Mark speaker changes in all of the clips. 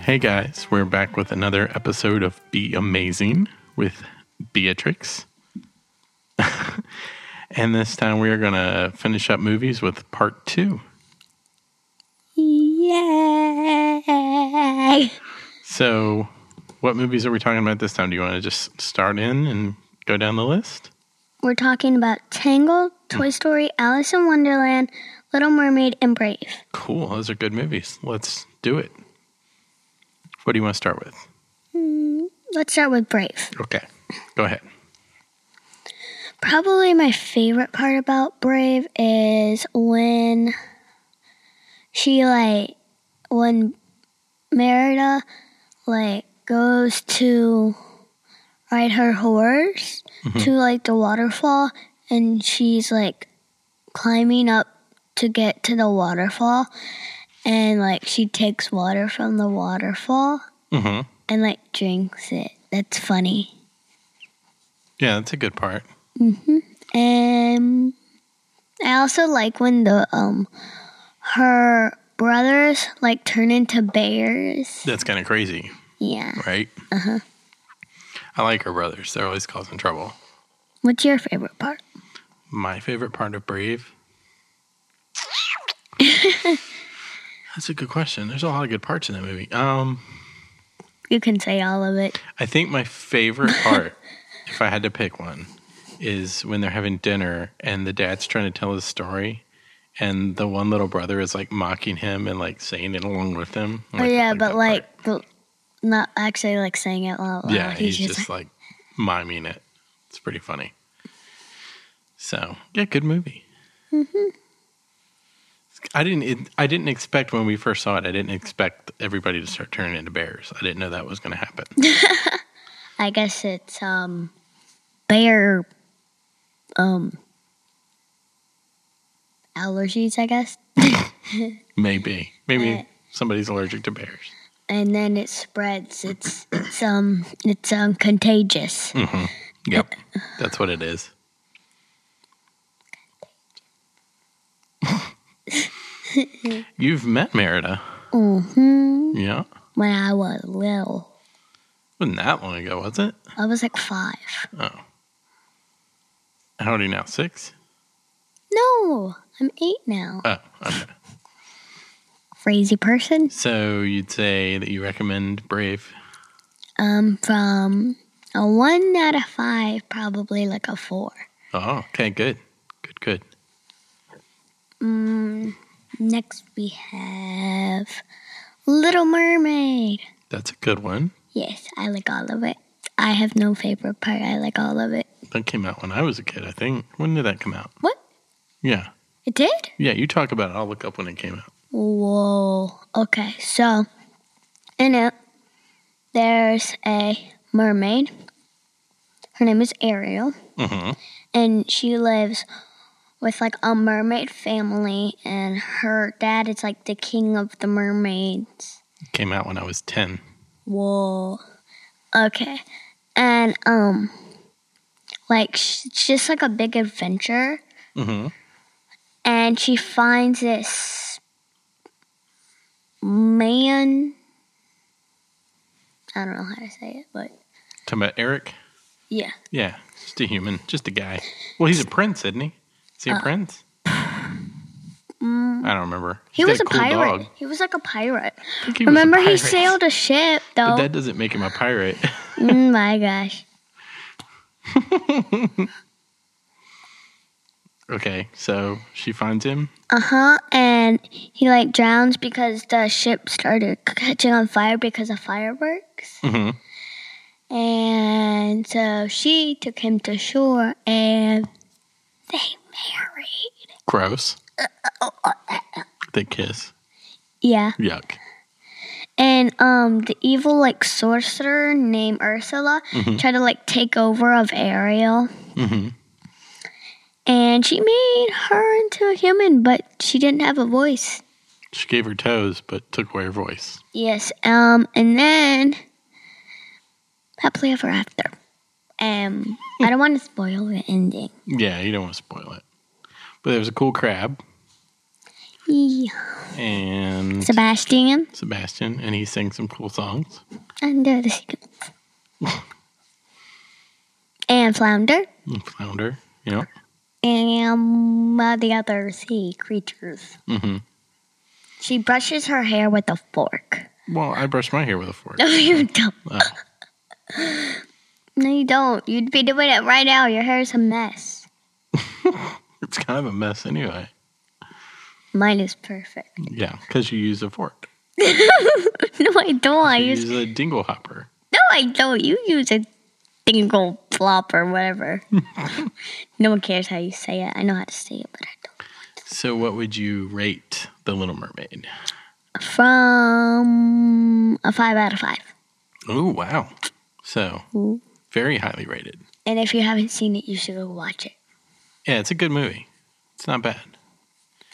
Speaker 1: Hey guys, we're back with another episode of Be Amazing with Beatrix. and this time we are going to finish up movies with part two.
Speaker 2: Yay!
Speaker 1: So, what movies are we talking about this time? Do you want to just start in and go down the list?
Speaker 2: We're talking about Tangled, Toy Story, Alice in Wonderland, Little Mermaid, and Brave.
Speaker 1: Cool, those are good movies. Let's do it. What do you want to start with?
Speaker 2: Mm, Let's start with Brave.
Speaker 1: Okay, go ahead.
Speaker 2: Probably my favorite part about Brave is when she like when Merida like goes to ride her horse to like the waterfall and she's like climbing up to get to the waterfall and like she takes water from the waterfall
Speaker 1: hmm
Speaker 2: and like drinks it. That's funny.
Speaker 1: Yeah, that's a good part.
Speaker 2: And I also like when the um her brothers like turn into bears.
Speaker 1: That's kind of crazy,
Speaker 2: Yeah.
Speaker 1: right? Uh-huh. I like her brothers. They're always causing trouble.
Speaker 2: What's your favorite part?
Speaker 1: My favorite part of Brave? That's a good question. There's a lot of good parts in that movie. Um,
Speaker 2: You can say all of it.
Speaker 1: I think my favorite part, if I had to pick one, is when they're having dinner and the dad's trying to tell his story, and the one little brother is like mocking him and like saying it along with him.
Speaker 2: oh yeah, but
Speaker 1: that
Speaker 2: like
Speaker 1: part.
Speaker 2: but not actually like saying it out loud.
Speaker 1: yeah, he's, just like miming it. It's pretty funny. So yeah, good movie. Mm-hmm. I didn't. It, I didn't expect when we first saw it. I didn't expect everybody to start turning into bears. I didn't know that was going to happen.
Speaker 2: I guess it's um bear um allergies, I guess.
Speaker 1: Maybe. Maybe
Speaker 2: Uh,
Speaker 1: somebody's allergic to bears.
Speaker 2: And then it spreads. It's it's um it's um contagious.
Speaker 1: Yep. That's what it is. You've met Merida.
Speaker 2: hmm
Speaker 1: Yeah.
Speaker 2: When I was little,
Speaker 1: Wasn't that long ago, was it?
Speaker 2: I was like five.
Speaker 1: Oh. How old are you now? Six?
Speaker 2: No, I'm eight now.
Speaker 1: Oh, okay.
Speaker 2: Crazy person.
Speaker 1: So you'd say that you recommend Brave?
Speaker 2: Um, from a one out of five, probably like a four.
Speaker 1: Oh, okay, good. Good, good.
Speaker 2: Mm, next we have Little Mermaid.
Speaker 1: That's a good one.
Speaker 2: Yes, I like all of it. I have no favorite part. I like all of it.
Speaker 1: That came out when I was a kid, I think. When did that come out?
Speaker 2: What?
Speaker 1: Yeah.
Speaker 2: It did?
Speaker 1: Yeah, you talk about it. I'll look up when it came out.
Speaker 2: Whoa. Okay, so in it, there's a mermaid. Her name is Ariel,
Speaker 1: Mm-hmm.
Speaker 2: and she lives with like a mermaid family, and her dad is like the king of the mermaids.
Speaker 1: Came out when I was 10.
Speaker 2: Whoa. Okay, and um, like sh- it's just like a big adventure.
Speaker 1: Mm-hmm.
Speaker 2: and she finds this man. I don't know how to say it, but
Speaker 1: Talking about Eric?
Speaker 2: yeah,
Speaker 1: Yeah, just a human, just a guy. Well, he's a prince, isn't he? Is he
Speaker 2: Uh.
Speaker 1: a prince? I don't remember.
Speaker 2: Mm. he
Speaker 1: He's got
Speaker 2: was a,
Speaker 1: cool
Speaker 2: pirate.
Speaker 1: dog.
Speaker 2: He was like a pirate.
Speaker 1: I think he was a
Speaker 2: Remember, he
Speaker 1: pirate.
Speaker 2: sailed a ship
Speaker 1: But
Speaker 2: though.
Speaker 1: that doesn't make him a pirate.
Speaker 2: mm, my gosh,
Speaker 1: okay, so she finds him.
Speaker 2: uh huh. And he like drowns because the ship started c- catching on fire because of fireworks.
Speaker 1: hmm
Speaker 2: And so she took him to shore, and they married.
Speaker 1: Gross.
Speaker 2: Uh, oh,
Speaker 1: they kiss.
Speaker 2: Yeah.
Speaker 1: Yuck.
Speaker 2: And um, the evil like sorcerer named Ursula tried to like take over of Ariel,
Speaker 1: hmm
Speaker 2: and she made her into a human, but she didn't have a voice.
Speaker 1: She gave her toes, but took away her voice.
Speaker 2: Yes. Um, and then happily ever after. Um, I don't want to spoil the ending.
Speaker 1: Yeah, you don't want to spoil it. But there was a cool crab.
Speaker 2: Yee.
Speaker 1: and
Speaker 2: Sebastian
Speaker 1: Sebastian, and he sings some cool songs.
Speaker 2: under the sea. and flounder
Speaker 1: And Flounder, you know.
Speaker 2: and uh, the other sea creatures.
Speaker 1: hmm
Speaker 2: She brushes her hair with a fork.
Speaker 1: Well, I brush my hair with a fork.
Speaker 2: No, you don't.
Speaker 1: Oh.
Speaker 2: No, you don't. You'd be doing it right now. Your hair's a mess.
Speaker 1: It's kind of a mess anyway.
Speaker 2: Mine is perfect.
Speaker 1: Yeah, because you use a fork.
Speaker 2: No, I don't. I
Speaker 1: You
Speaker 2: use.
Speaker 1: use a dingle hopper.
Speaker 2: No, I don't. You use a dingle flop or whatever. no one cares how you say it. I know how to say it, but I don't.
Speaker 1: So, what would you rate The Little Mermaid?
Speaker 2: From a five out of five.
Speaker 1: Oh, wow. So,
Speaker 2: Ooh.
Speaker 1: very highly rated.
Speaker 2: And if you haven't seen it, you should go watch it.
Speaker 1: Yeah, it's a good movie. It's not bad.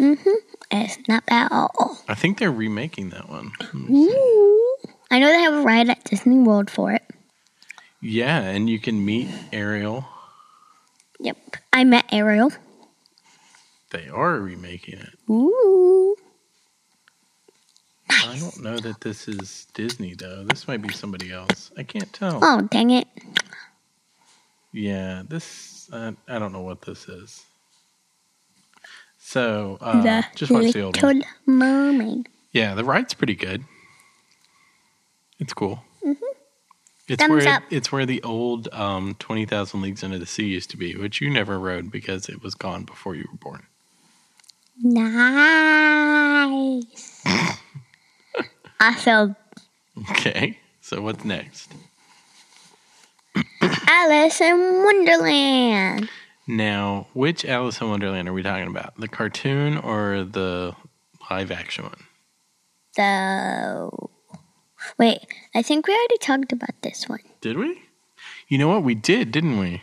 Speaker 2: Mm-hmm. It's not bad at all.
Speaker 1: I think they're remaking that one.
Speaker 2: I know they have a ride at Disney World for it.
Speaker 1: Yeah, and you can meet Ariel.
Speaker 2: Yep. I met Ariel.
Speaker 1: They are remaking it.
Speaker 2: Ooh.
Speaker 1: I don't know that this is Disney, though. This might be somebody else. I can't tell.
Speaker 2: Oh, dang it.
Speaker 1: Yeah, this, uh, I don't know what this is. So, uh, just watch the old one.
Speaker 2: Little Mermaid.
Speaker 1: Yeah, the ride's pretty good. It's cool. It's
Speaker 2: Mm-hmm. Thumbs
Speaker 1: where
Speaker 2: up.
Speaker 1: it's where the old um, Twenty Thousand Leagues Under the Sea used to be, which you never rode because it was gone before you were born.
Speaker 2: Nice. I feel
Speaker 1: Okay, so what's next?
Speaker 2: Alice in Wonderland.
Speaker 1: Now, which Alice in Wonderland are we talking about? The cartoon or the live action one?
Speaker 2: So, wait, I think we already talked about this one.
Speaker 1: Did we? You know what? We did, didn't we? I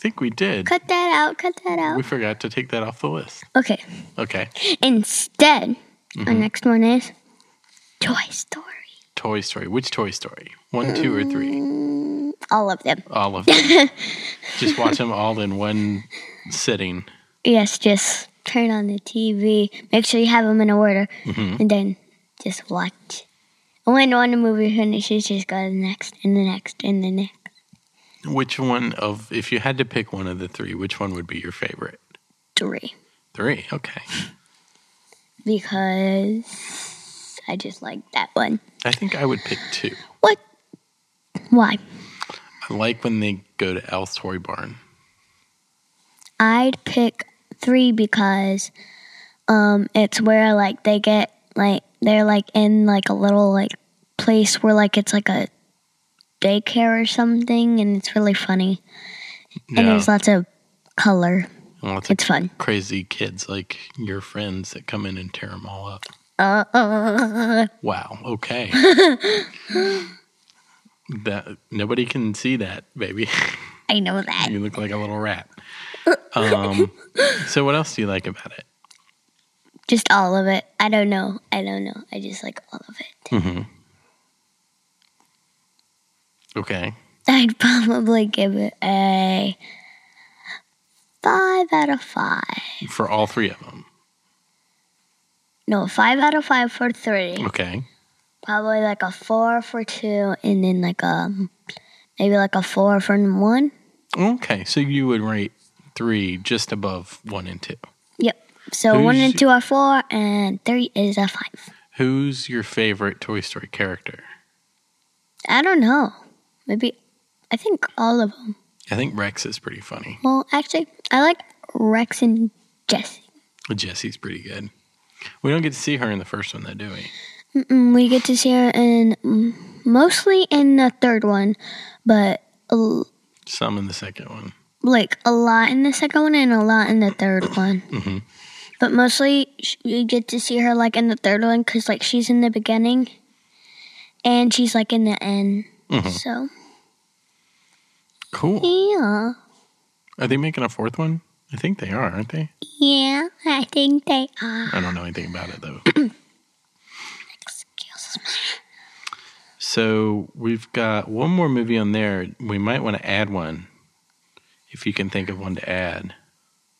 Speaker 1: think we did.
Speaker 2: Cut that out, cut that
Speaker 1: We
Speaker 2: out.
Speaker 1: forgot to take that off the list.
Speaker 2: Okay,
Speaker 1: Okay.
Speaker 2: instead, our
Speaker 1: Mm-hmm.
Speaker 2: next one is Toy Story.
Speaker 1: Toy Story. Which Toy Story? One, two, or three?
Speaker 2: Mm, all of them.
Speaker 1: all of them. just watch them all in one sitting.
Speaker 2: Yes, just turn on the TV. Make sure you have them in order, and then just watch. And when one movie finishes, just go to the next, and the next, and the next.
Speaker 1: Which one of, if you had to pick one of the three, which one would be your favorite?
Speaker 2: Three,
Speaker 1: Three. Okay.
Speaker 2: because I just like that one.
Speaker 1: I think I would pick two.
Speaker 2: What? Why?
Speaker 1: I like when they go to Al's Toy Barn.
Speaker 2: I'd pick three because um, it's where like they get like they're like in like a little like place where like it's like a daycare or something, and it's really funny.
Speaker 1: No,
Speaker 2: And there's lots of color.
Speaker 1: lots of
Speaker 2: It's fun.
Speaker 1: crazy kids like your friends that come in and tear them all up.
Speaker 2: Uh, uh,
Speaker 1: Wow. Okay. that nobody can see that, baby.
Speaker 2: I know that.
Speaker 1: you look like a little rat. Um, so, what else do you like about it?
Speaker 2: Just all of it. I don't know. I don't know. I just like all of it.
Speaker 1: hmm Okay.
Speaker 2: I'd probably give it a five out of five.
Speaker 1: For all three of them.
Speaker 2: No, five out of five for three.
Speaker 1: Okay.
Speaker 2: Probably like a four for two, and then like a maybe like a four for one.
Speaker 1: Okay. So you would rate three just above one and two.
Speaker 2: Yep. So
Speaker 1: Who's
Speaker 2: one and
Speaker 1: y-
Speaker 2: two are four, and three is a five.
Speaker 1: Who's your favorite Toy Story character?
Speaker 2: I don't know. Maybe I think all of them.
Speaker 1: I think Rex is pretty funny.
Speaker 2: Well, actually, I like Rex and Jesse.
Speaker 1: Jessie's pretty good. We don't get to see her in the first one, though, do we?
Speaker 2: Mm, We get to see her in mm, mostly in the third one, but a-
Speaker 1: Some in the second one.
Speaker 2: like a lot in the second one and a lot in the third one.
Speaker 1: Mhm.
Speaker 2: But mostly sh- you get to see her like in the third one because like she's in the beginning and she's like in the end.
Speaker 1: Mhm.
Speaker 2: So
Speaker 1: Cool.
Speaker 2: yeah,
Speaker 1: Are they making a fourth one? I think they are, aren't they?
Speaker 2: yeah, I think they are.
Speaker 1: I don't know anything about it, though.
Speaker 2: Excuse
Speaker 1: So we've got one more movie on there. We might want to add one if you can think of one to add.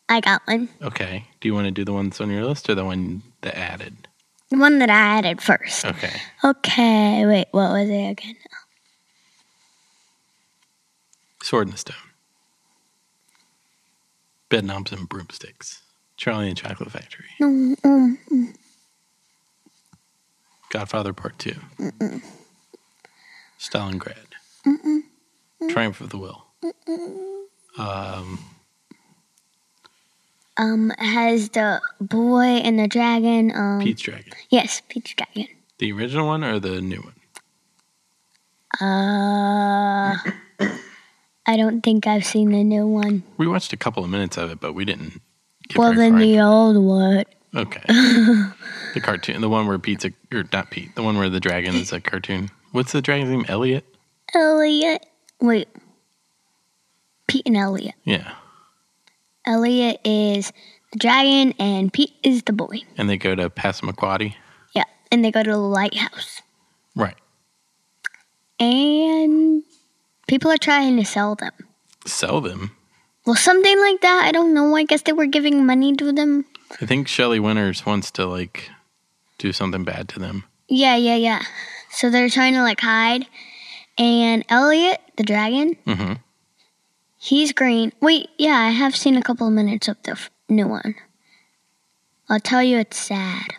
Speaker 2: I got one.
Speaker 1: Okay. Do you want to do the ones on your list or the one that added?
Speaker 2: The one that I added first.
Speaker 1: Okay.
Speaker 2: Okay, wait, what was it again?
Speaker 1: Sword and Stone. Bedknobs and Broomsticks. Charlie and Chocolate Factory.
Speaker 2: No, um,
Speaker 1: Godfather Part 2.
Speaker 2: Mm,
Speaker 1: Stalingrad.
Speaker 2: mm,
Speaker 1: Triumph of the Will. Um,
Speaker 2: um, it has the boy and the dragon. Um,
Speaker 1: Pete's Dragon.
Speaker 2: Yes, Peach Dragon.
Speaker 1: The original one or the new one?
Speaker 2: Uh, I don't think I've seen the new one.
Speaker 1: We watched a couple of minutes of it, but we didn't. Get
Speaker 2: well,
Speaker 1: very
Speaker 2: then
Speaker 1: far
Speaker 2: the old one.
Speaker 1: Okay. the cartoon, the one where Pete's a, or not Pete, the one where the dragon is a cartoon. What's the dragon's name? Elliot?
Speaker 2: Elliot. Wait. Pete and Elliot.
Speaker 1: Yeah.
Speaker 2: Elliot is the dragon, and Pete is the boy.
Speaker 1: And they go to Passamaquoddy.
Speaker 2: Yeah, and they go to the lighthouse.
Speaker 1: Right.
Speaker 2: And people are trying to sell them.
Speaker 1: Sell them.
Speaker 2: Well, something like that. I don't know. I guess they were giving money to them.
Speaker 1: I think Shelley Winters wants to like do something bad to them.
Speaker 2: Yeah, yeah, yeah. So they're trying to like hide. And Elliot, the dragon,
Speaker 1: hmm
Speaker 2: He's green. Wait, yeah, I have seen a couple of minutes of the f- new one. I'll tell you it's sad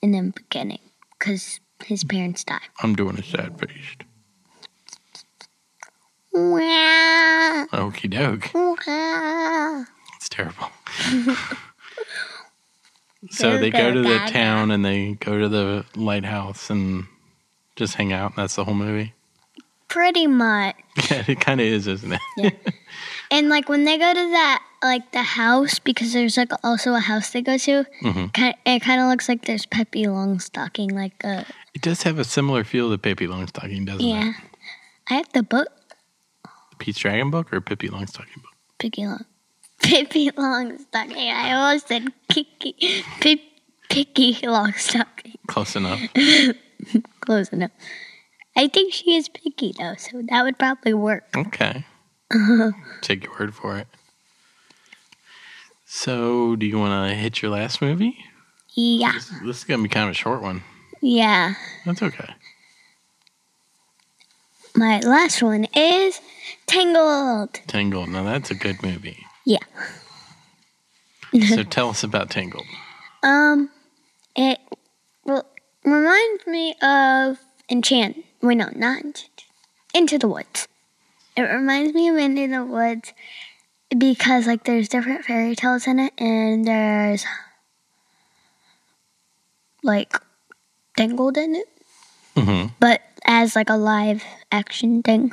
Speaker 2: in the beginning because his parents die.
Speaker 1: I'm doing a sad face.
Speaker 2: Wah,
Speaker 1: Okie doke.
Speaker 2: wah.
Speaker 1: It's terrible. so
Speaker 2: There
Speaker 1: they go
Speaker 2: go
Speaker 1: to the
Speaker 2: Gaga.
Speaker 1: town and they go to the lighthouse and just hang out. That's the whole movie.
Speaker 2: Pretty much.
Speaker 1: Yeah, it kind of is, isn't it?
Speaker 2: And like when they go to that, like the house, because there's like also a house they go to,
Speaker 1: hmm
Speaker 2: ki it kind of looks like there's Peppy Longstocking, like a.
Speaker 1: It does have a similar feel to Pippi Longstocking, doesn't it?
Speaker 2: Yeah. I have the book,
Speaker 1: Pete's Dragon Book or Pippi Longstocking Book?
Speaker 2: Piggy Long. Pippi Longstocking. I almost said Kiki. Pip, Picky Longstocking.
Speaker 1: Close enough.
Speaker 2: Close enough. I think she is picky though, so that would probably work.
Speaker 1: Okay. Take your word for it. So, do you want to hit your last movie?
Speaker 2: Yeah.
Speaker 1: This, this is going to be kind of a short one.
Speaker 2: Yeah.
Speaker 1: That's okay.
Speaker 2: My last one is Tangled.
Speaker 1: Tangled. Now, that's a good movie.
Speaker 2: Yeah.
Speaker 1: So, tell us about Tangled.
Speaker 2: Um, it well, reminds me of Enchant. Wait, no, not Enchant. Into the Woods. It reminds me of Into the Woods because like there's different fairy tales in it, and there's like tangled in it,
Speaker 1: hmm
Speaker 2: but as like a live action thing.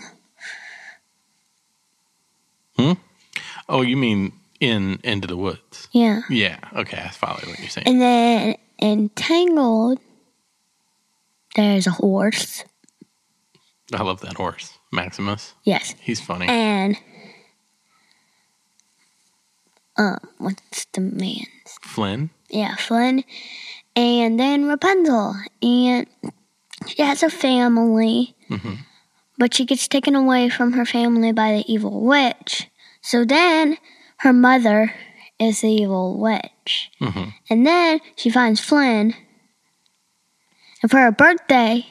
Speaker 1: Oh, you mean in Into the Woods?
Speaker 2: Yeah.
Speaker 1: Yeah. Okay. I follow what you're saying.
Speaker 2: And then in Tangled, there's a horse.
Speaker 1: I love that horse, Maximus.
Speaker 2: Yes.
Speaker 1: He's funny.
Speaker 2: And um, what's the man?
Speaker 1: Flynn.
Speaker 2: Yeah, Flynn, and then Rapunzel, and she has a family,
Speaker 1: hmm
Speaker 2: but she gets taken away from her family by the evil witch. So then her mother is the evil witch,
Speaker 1: hmm
Speaker 2: and then she finds Flynn, and for her birthday,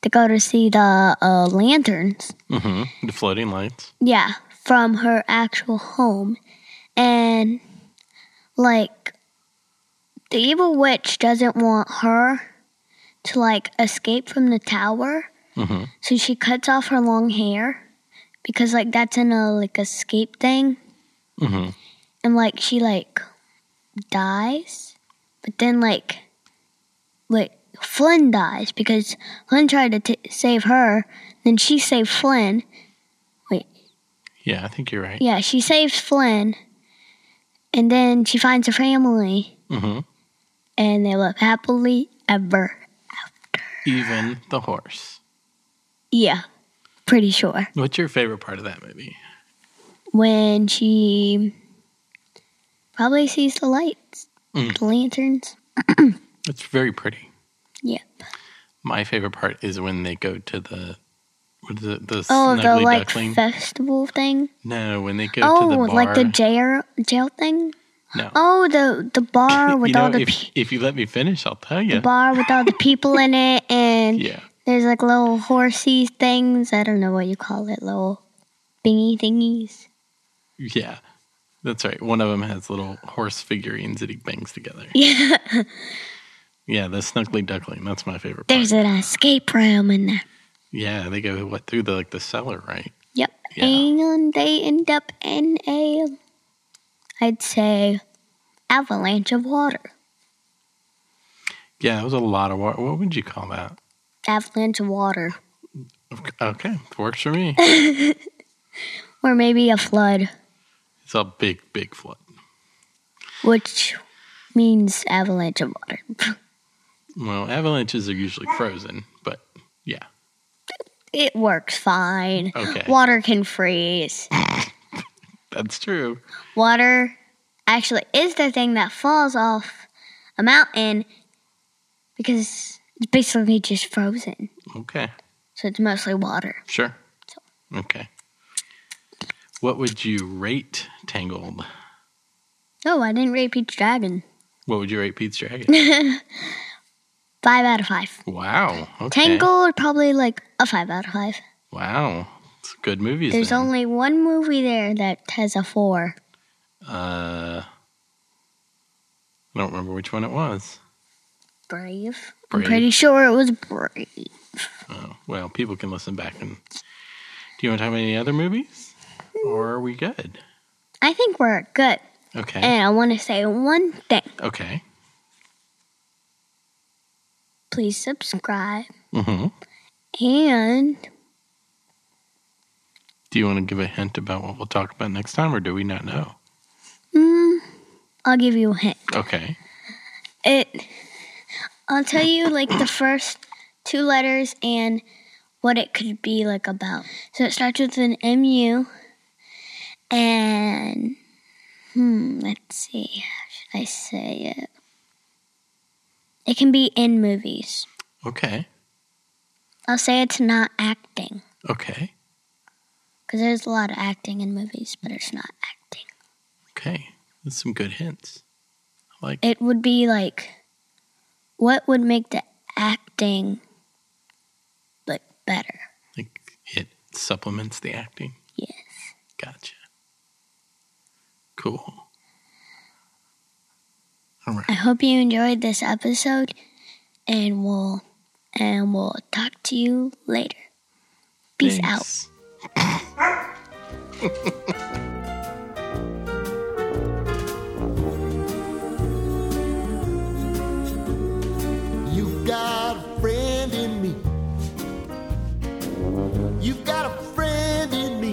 Speaker 2: they go to see the uh, lanterns.
Speaker 1: hmm The floating lights.
Speaker 2: Yeah, from her actual home. And, like, the evil witch doesn't want her to, like, escape from the tower.
Speaker 1: hmm
Speaker 2: So she cuts off her long hair because, like, that's in a, like, escape thing.
Speaker 1: hmm
Speaker 2: And, like, she, like, dies. But then, like, like, Flynn dies because Flynn tried to t- save her. Then she saved Flynn.
Speaker 1: Yeah, I think you're right.
Speaker 2: Yeah, she saves Flynn, and then she finds a family,
Speaker 1: hmm
Speaker 2: and they live happily ever.
Speaker 1: Even the horse.
Speaker 2: Yeah, pretty sure.
Speaker 1: What's your favorite part of that movie?
Speaker 2: When she probably sees the lights,
Speaker 1: Mm.
Speaker 2: the lanterns.
Speaker 1: It's very pretty.
Speaker 2: Yep.
Speaker 1: My favorite part is when they go to the what is it? The
Speaker 2: Oh,
Speaker 1: snuggly
Speaker 2: the like
Speaker 1: duckling.
Speaker 2: festival thing.
Speaker 1: no, when they go
Speaker 2: oh,
Speaker 1: to the bar.
Speaker 2: like the jail jail thing.
Speaker 1: No.
Speaker 2: Oh, the the bar with
Speaker 1: you know,
Speaker 2: all the
Speaker 1: if,
Speaker 2: pe-
Speaker 1: if you let me finish, I'll tell you.
Speaker 2: bar with all the people in it, and
Speaker 1: Yeah.
Speaker 2: there's like little horsey things. I don't know what you call it, little bingy thingies.
Speaker 1: Yeah. That's right. One of them has little horse figurines that he bangs together.
Speaker 2: Yeah,
Speaker 1: Yeah, the snuggly duckling. That's my favorite part.
Speaker 2: there's an escape room in there.
Speaker 1: yeah, they go what through the like the cellar, right?
Speaker 2: Yep,
Speaker 1: Yeah.
Speaker 2: and they end up in a, I'd say, avalanche of water.
Speaker 1: Yeah, it was a lot of water. What would you call that?
Speaker 2: Avalanche of water,
Speaker 1: Okay, works for me.
Speaker 2: or maybe a flood,
Speaker 1: It's a big, big flood.
Speaker 2: which means avalanche of water.
Speaker 1: Well, avalanches are usually frozen, but yeah.
Speaker 2: It works fine.
Speaker 1: Okay.
Speaker 2: Water can freeze.
Speaker 1: That's true.
Speaker 2: Water actually is the thing that falls off a mountain because it's basically just frozen.
Speaker 1: Okay,
Speaker 2: So it's mostly water.
Speaker 1: sure. Okay. What would you rate Tangled?
Speaker 2: Oh, I didn't rate Peach Dragon.
Speaker 1: What would you rate Pete's Dragon?
Speaker 2: Five out of five.
Speaker 1: wow. Okay.
Speaker 2: Tangled, probably like a five out of five.
Speaker 1: Wow. It's good movies.
Speaker 2: There's
Speaker 1: then.
Speaker 2: only one movie there that has a four.
Speaker 1: Uh, I don't remember which one it was.
Speaker 2: Brave.
Speaker 1: Brave.
Speaker 2: I'm pretty sure it was Brave.
Speaker 1: Oh, well, people can listen back and. Do you want to talk about any other movies, or are we good?
Speaker 2: I think we're good.
Speaker 1: Okay.
Speaker 2: And I want to say one thing.
Speaker 1: Okay.
Speaker 2: Please subscribe.
Speaker 1: hmm
Speaker 2: And
Speaker 1: Do you want to give a hint about what we'll talk about next time, or do we not know?
Speaker 2: mm, I'll give you a hint.
Speaker 1: Okay.
Speaker 2: It. I'll tell you like the first two letters and what it could be like about. So it starts with an MU. And hmm, let's see. How should I say it? It can be in movies.
Speaker 1: Okay.
Speaker 2: I'll say it's not acting
Speaker 1: Okay.
Speaker 2: because there's a lot of acting in movies, but it's not acting.
Speaker 1: Okay. That's some good hints. I like.
Speaker 2: it would be like what would make the acting like better
Speaker 1: Like it supplements the acting.
Speaker 2: Yes.
Speaker 1: Gotcha. Cool. All right.
Speaker 2: i hope you enjoyed this episode and we'll and we'll talk to you later peace out
Speaker 1: Thanks.
Speaker 3: You got a friend in me. You got a friend in me.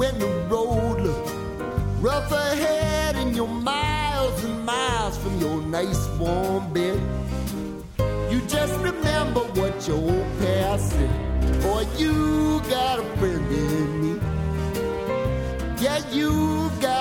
Speaker 3: When the road looks rough ahead and you're miles and miles from your nice warm bed, you just remember what your old past said. Boy, you got a friend in me. Yeah, you got